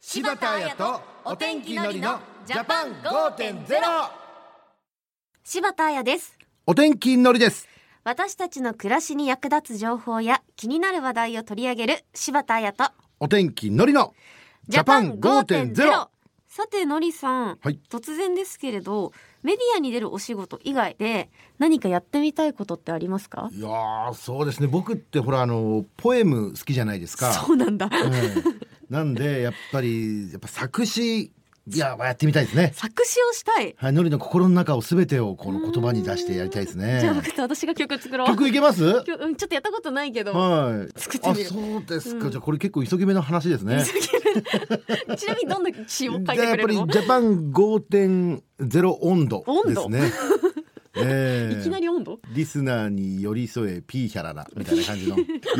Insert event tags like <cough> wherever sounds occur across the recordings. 柴田彩とお天気のりのジャパン5.0柴田彩ですお天気のりです私たちの暮らしに役立つ情報や気になる話題を取り上げる柴田彩とお天気のりのジャパン5.0さてのりさん、はい突然ですけれどメディアに出るお仕事以外で何かやってみたいことってありますかいやーそうですね僕ってほらあのポエム好きじゃないですかそうなんだ、うんなんでやっぱりやっぱ作詞いややってみたいですね作詞をしたい、はいのりの心の中をすべてをこの言葉に出してやりたいですねじゃあ僕と私が曲作ろう曲いけますは曲うんちょっとやったことないけど、い作ってあみるそうですか、うんじゃあこれ結構急ぎ目の話ですねちなみにどんな詞を書いてじゃあやくっれぱるりジのャパン5.0温度温で度すね。ええいきなり温度リスナーに寄り添えピーヒャララみたいな感じの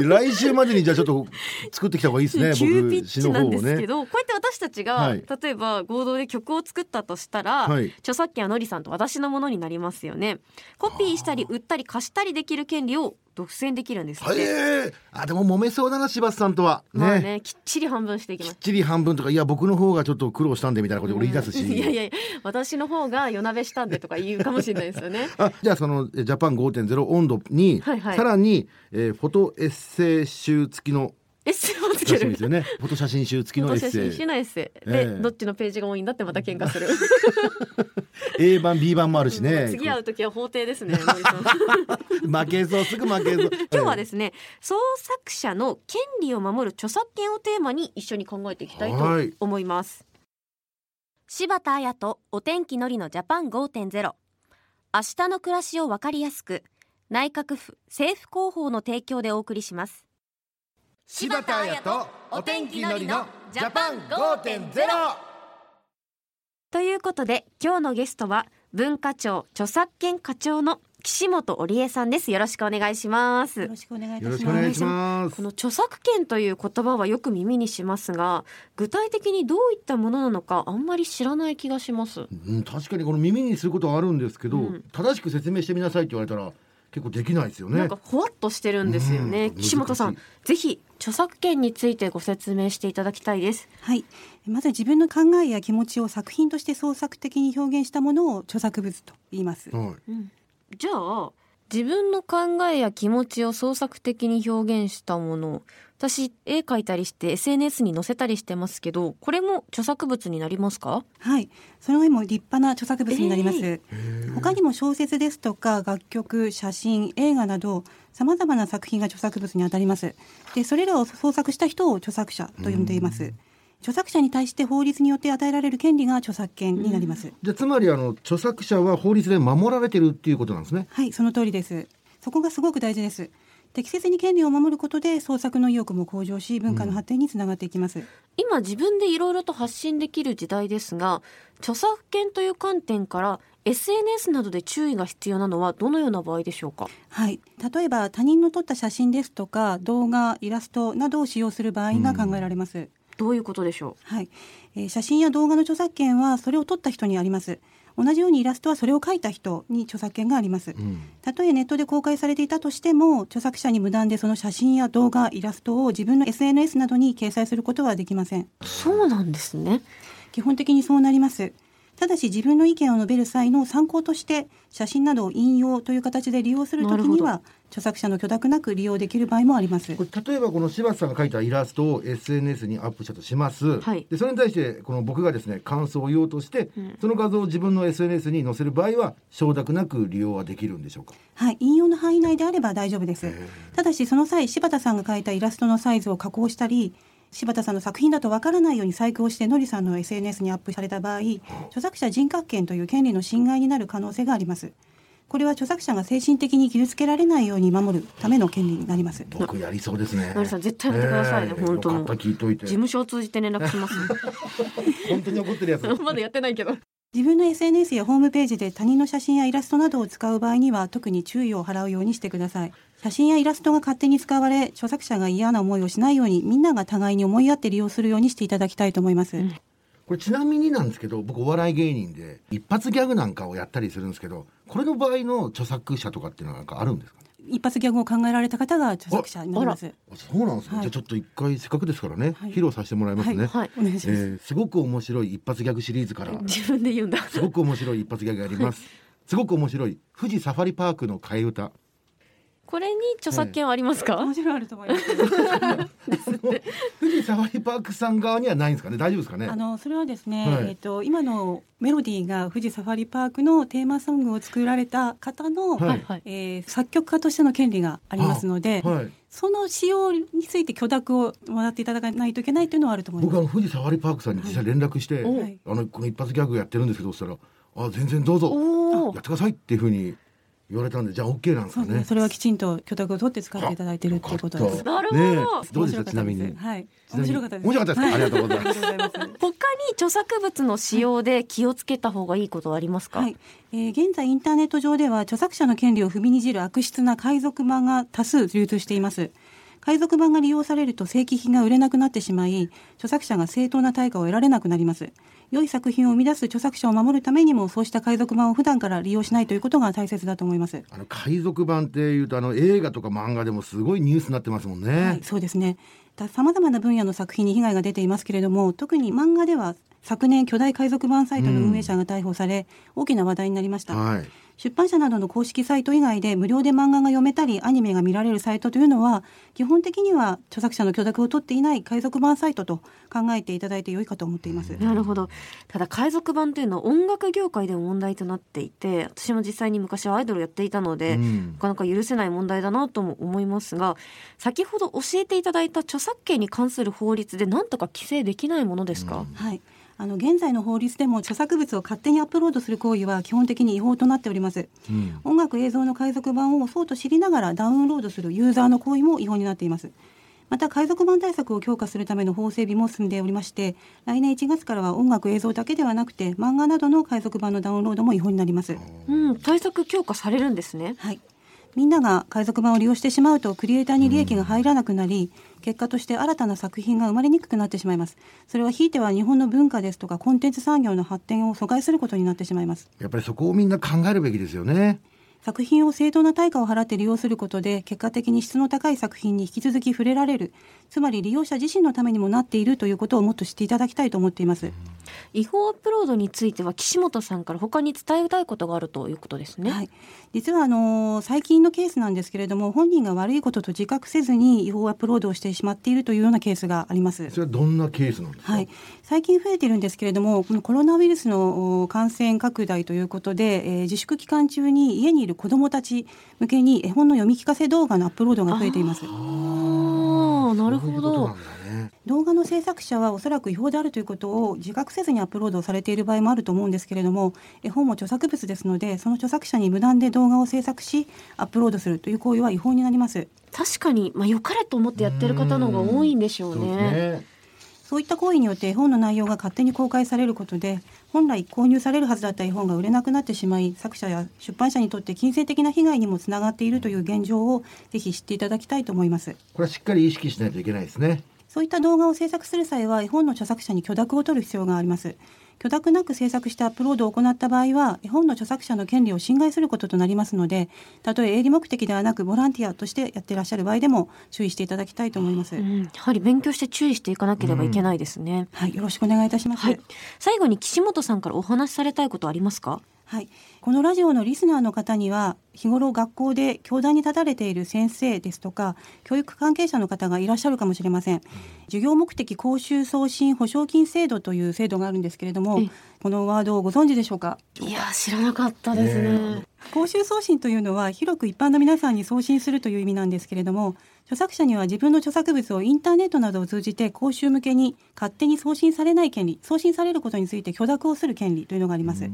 来週までにじゃあちょっと作ってきた方がいいですね急ピッ僕詩チのな方んをですけね。ど、こうやって私たちが、はい例えば合同で曲を作ったとしたら、はい著作権はのりさんと私のものになりますよねコピーしたり売ったり貸したりできる権利を独占できるんですっはい、て、えーあでも揉めそうだな柴田さんとはね,、まあねきっちり半分していききまっすちり半分とかいや僕の方がちょっと苦労したんでみたいなこと俺言い出すし。 <laughs> うんいやいやいや私の方が夜なべしたんでとか言うかもしれないです <laughs> よねあじゃあそのえジャパン5.0温度に、はいはいさらに、えーフォトエッセイ集付きのエッセイをつけ写真るですよねフォト写真集付きのエ私ッ写セ真イしないっすで、ええどっちのページが多いんだってまた喧嘩する A 版 B 版もあるしね、 <laughs> 次会う時は法廷で <laughs> すね森さん負けそうすぐ負 <laughs> けそう今日はですすね創作者の権利を守る著作権をテーマに一緒に考えていきたいとはい思います、柴田彩とお天気のりのジャパン5.0明日の暮らしをわかりやすく内閣府政府広報の提供でお送りします柴田彩とお天気のりのジャパン5.0ということで今日のゲストは文化庁著作権課長の岸本織江さんですよろしくお願いしますよろしくお願いいよろたししくおま願す。いしますこの著作権という言葉はよく耳にしますが具体的にどういったものなのかあんまり知らない気がしますうん、確かにこの耳にすることはあるんですけど、うん正しく説明してみなさいって言われたら結構できないですよねなんかほわっとしてるんですよね、うん岸本さん難ぜひ著作権についてご説明していただきたいですはい。まず自分の考えや気持ちを作品として創作的に表現したものを著作物と言います。はい、じゃあ自分の考えや気持ちを創作的に表現したもの私絵描いたりして SNS に載せたりしてますけどこれも著作物になりますかはい。その絵も立派な著作物になります。え他にも小説ですとか楽曲、写真、映画など様々な作品が著作物にあたります。で、それらを創作した人を著作者と呼んでいます。著作者に対して法律によって与えられる権利が著作権になります。じゃあつまりあの著作者は法律で守られてるっていうことなんですねはい、その通りです。そこがすごく大事です。適切に権利を守ることで創作の意欲も向上し文化の発展につながっていきます、今自分でいろいろと発信できる時代ですが著作権という観点から SNS などで注意が必要なのはどのような場合でしょうかはい例えば他人の撮った写真ですとか動画イラストなどを使用する場合が考えられます、どういうことでしょはい、えー写真や動画の著作権はそれを撮った人にあります同じようにイラストはそれを描いた人に著作権がありますうんたとえネットで公開されていたとしても著作者に無断でその写真や動画イラストを自分の SNS などに掲載することはできませんうそうなんですね基本的にそうなります。ただし自分の意見を述べる際の参考として写真などを引用という形で利用するときになは著作者の許諾なく利用できる場合もあります。これ例えばこの柴田さんが描いたイラストを SNS にアップしたとします、はいでそれに対してこの僕がですね感想を言おうとして、その画像を自分の SNS に載せる場合は承諾なく利用はできるんでしょうかはい、引用の範囲内であれば大丈夫です。ただしその際柴田さんが描いたイラストのサイズを加工したり柴田さんの作品だとわからないように細工をしてのりさんの SNS にアップされた場合著作者人格権という権利の侵害になる可能性があります。これは著作者が精神的に傷つけられないように守るための権利になります。僕やりそうですね成さん絶対やめてくださいね、ええ本当よかもった事聞いといて務所を通じて連絡します本当に怒って <laughs> るやつまだやってないけど自分の SNS やホームページで他人の写真やイラストなどを使う場合には特に注意を払うようにしてください写真やイラストが勝手に使われ著作者が嫌な思いをしないようにみんなが互いに思いやって利用するようにしていただきたいと思います、これちなみになんですけど僕お笑い芸人で一発ギャグなんかをやったりするんですけどこれの場合の著作者とかっていうのはなんかあるんですかね一発ギャグを考えられた方が著作者になります。そうなんですね、はいじゃあちょっと一回せっかくですからね、はい披露させてもらいますね、はいはいお願いしえます。ーすごく面白い一発ギャグシリーズから自分で言うんだすごく面白い一発ギャグありますすごく面白い富士サファリパークの替え歌これに著作権はありますか面白いあると思います。富士サファリパークさん側にはないんですかね大丈夫ですかねあのそれはですね、はいえっと今のメロディーが富士サファリパークのテーマソングを作られた方の、はいはいえー作曲家としての権利がありますので、はい、その使用について許諾をもらっていただかないといけないというのはあると思い僕まあの富士サファリパークさんに実際連絡して、おはい。あのこの一発ギャグやってるんですけどそしたら「あ全然どうぞおやっおてください」っていうふうに言われたんでじゃあ OK なんですそすかうですね。ね。それはきちんと許諾を取って使っていただいているということでよかすっ。なるほどねえどうでしたちなみ面に白かったです。はい。ちなみに面白かったです。面白かったですかありがとうございますはありがとうございます。他に著作物の使用で気をつけた方がいいことはありますか、はいえー現在インターネット上では著作者の権利を踏みにじる悪質な海賊版が多数流通しています海賊版が利用されると正規品が売れなくなってしまい著作者が正当な対価を得られなくなります良い作品を生み出す著作者を守るためにもそうした海賊版を普段から利用しないということが大切だと思いますあの海賊版っていうとあの映画とか漫画でもすごいニュースになってますもんね。はい、そうですね。さまざまな分野の作品に被害が出ていますけれども、特に漫画では昨年巨大海賊版サイトの運営者が逮捕され、大きな話題になりました。はい出版社などの公式サイト以外で無料で漫画が読めたりアニメが見られるサイトというのは基本的には著作者の許諾を取っていない海賊版サイトと考えていただいて良いかと思っています。なるほどただ海賊版というのは音楽業界でも問題となっていて私も実際に昔はアイドルやっていたので、うんなかなか許せない問題だなとも思いますが先ほど教えていただいた著作権に関する法律で何とか規制できないものですか、はい。あの現在の法律でも著作物を勝手にアップロードする行為は基本的に違法となっております。うん音楽映像の海賊版をそうと知りながらダウンロードするユーザーの行為も違法になっていますまた海賊版対策を強化するための法整備も進んでおりまして来年1月からは音楽映像だけではなくて漫画などの海賊版のダウンロードも違法になりますうん、対策強化されるんですね。はいみんなが海賊版を利用してしまうとクリエイターに利益が入らなくなり、結果として新たな作品が生まれにくくなってしまいますそれはひいては日本の文化ですとかコンテンツ産業の発展を阻害することになってしまいますやっぱりそこをみんな考えるべきですよね。作品を正当な対価を払って利用することで結果的に質の高い作品に引き続き触れられるつまり利用者自身のためにもなっているということをもっと知っていただきたいと思っています、違法アップロードについては岸本さんから他に伝えたいことがあるということですね。はい、実はあのー最近のケースなんですけれども本人が悪いことと自覚せずに違法アップロードをしてしまっているというようなケースがありますそれはどんなケースなんですか。はい、最近増えているんですけれどもこのコロナウイルスのお感染拡大ということで、えー自粛期間中に家にいる子どもたち向けに絵本の読み聞かせ動画のアップロードが増えています。ああ、なるほそういうことなど。んだね。動画の制作者はおそらく違法であるということを自覚せずにアップロードされている場合もあると思うんですけれども絵本も著作物ですのでその著作者に無断で動画を制作しアップロードするという行為は違法になります確かに、まあ、良かれと思ってやってる方の方が多いんでしょうそうですね。ね。そういった行為によって絵本の内容が勝手に公開されることで本来購入されるはずだった絵本が売れなくなってしまい作者や出版社にとって金銭的な被害にもつながっているという現状をぜひ知っていただきたいと思いますこれはしっかり意識しないといけないですね。そういった動画を制作する際は絵本の著作者に許諾を取る必要があります。許諾なく制作してアップロードを行った場合は絵本の著作者の権利を侵害することとなりますのでたとえ営利目的ではなくボランティアとしてやっていらっしゃる場合でも注意していただきたいと思います。うん、やはり勉強して注意していかなければいけないですね。はい、よろしくお願いいたします。はい、最後に岸本さんからお話しされたいことありますか。はい、このラジオのリスナーの方には日頃学校で教壇に立たれている先生ですとか教育関係者の方がいらっしゃるかもしれません授業目的講習送信保証金制度という制度があるんですけれども、うんこのワードをご存知でしょうかいや、知らなかったですね。ね公衆送信というのは広く一般の皆さんに送信するという意味なんですけれども著作者には自分の著作物をインターネットなどを通じて公衆向けに勝手に送信されない権利送信されることについて許諾をする権利というのがあります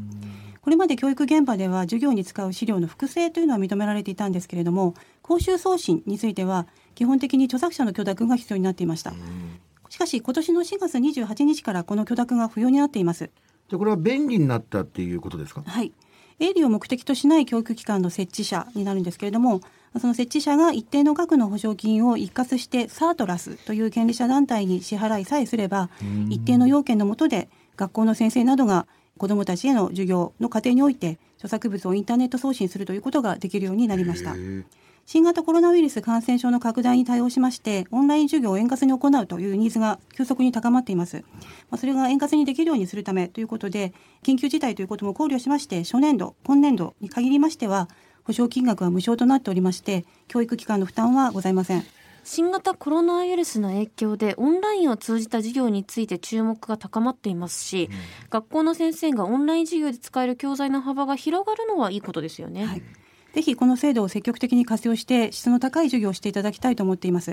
これまで教育現場では授業に使う資料の複製というのは認められていたんですけれども公衆送信については基本的に著作者の許諾が必要になっていましたうんしかし今年の4月28日からこの許諾が不要になっていますじゃあこれは便利になったっていうことですか。はい。営利を目的としない教育機関の設置者になるんですけれども、その設置者が一定の額の補償金を一括してサートラスという権利者団体に支払いさえすれば、一定の要件のもとで学校の先生などが子どもたちへの授業の過程において著作物をインターネット送信するということができるようになりましたへ。え新型コロナウイルス感染症の拡大に対応しましてオンライン授業を円滑に行うというニーズが急速に高まっています、まあ、それが円滑にできるようにするためということで緊急事態ということも考慮しまして初年度今年度に限りましては保証金額は無償となっておりまして教育機関の負担はございません新型コロナウイルスの影響でオンラインを通じた授業について注目が高まっていますし、学校の先生がオンライン授業で使える教材の幅が広がるのはいいことですよね。はいぜひこの制度を積極的に活用して質の高い授業をしていただきたいと思っています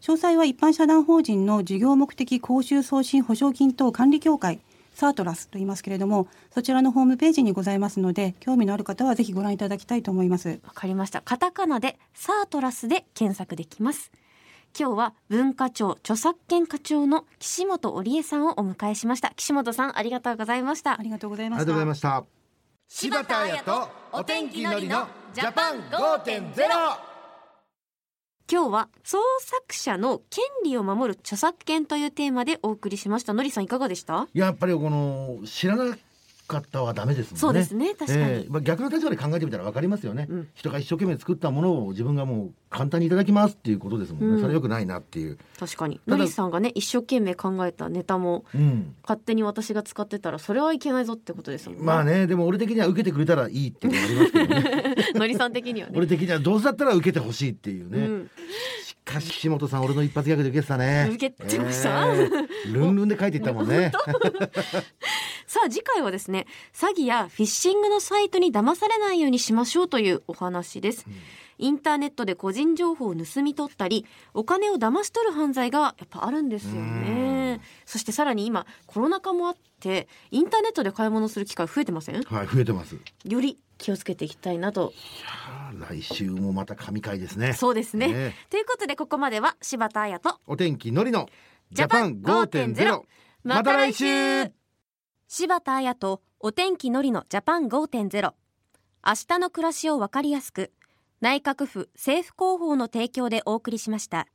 詳細は一般社団法人の事業目的講習送信保証金等管理協会サートラスと言いますけれどもそちらのホームページにございますので興味のある方はぜひご覧いただきたいと思いますわかりました。カタカナでサートラスで検索できます。今日は文化庁著作権課長の岸本織江さんをお迎えしました。岸本さんありがとうございましたあ。りがとうございあまりがしとうございたました柴田彩とお天気のりのジャパン5.0今日は創作者の権利を守る著作権というテーマでお送りしました。のりさんいかがでした？やっぱりこの知らなかったはダメですもんねそうですね確かにええまあ、逆の立場で考えてみたらわかりますよね、うん人が一生懸命作ったものを自分がもう簡単にいただきますっていうことですもんね、うんそれよくないなっていう確かに。ただのりさんがね一生懸命考えたネタもうん勝手に私が使ってたらそれはいけないぞってことですもんね。 <laughs> まあねでも俺的には受けてくれたらいいっていうのがありますけどねのりさん的にはね。俺的にはどうせだったら受けてほしいっていうね、うんしかし岸本さん俺の一発ギャグで受けてたね受けてましたええルンルンで書いていったもん <laughs> ねさあ次回はですね詐欺やフィッシングのサイトに騙されないようにしましょうというお話です、インターネットで個人情報を盗み取ったりお金を騙し取る犯罪がやっぱあるんですよねそしてさらに今コロナ禍もあってインターネットで買い物する機会増えてませんはい増えてますより気をつけていきたいなとあー来週もまた神回ですねそうですねねということでここまでは柴田彩とお天気のりのジジャャパパンン5.0 5.0ままたた来来週週柴田彩とお天気のりのジャパン5.0明日の暮らしをわかりやすく内閣府政府広報の提供でお送りしました。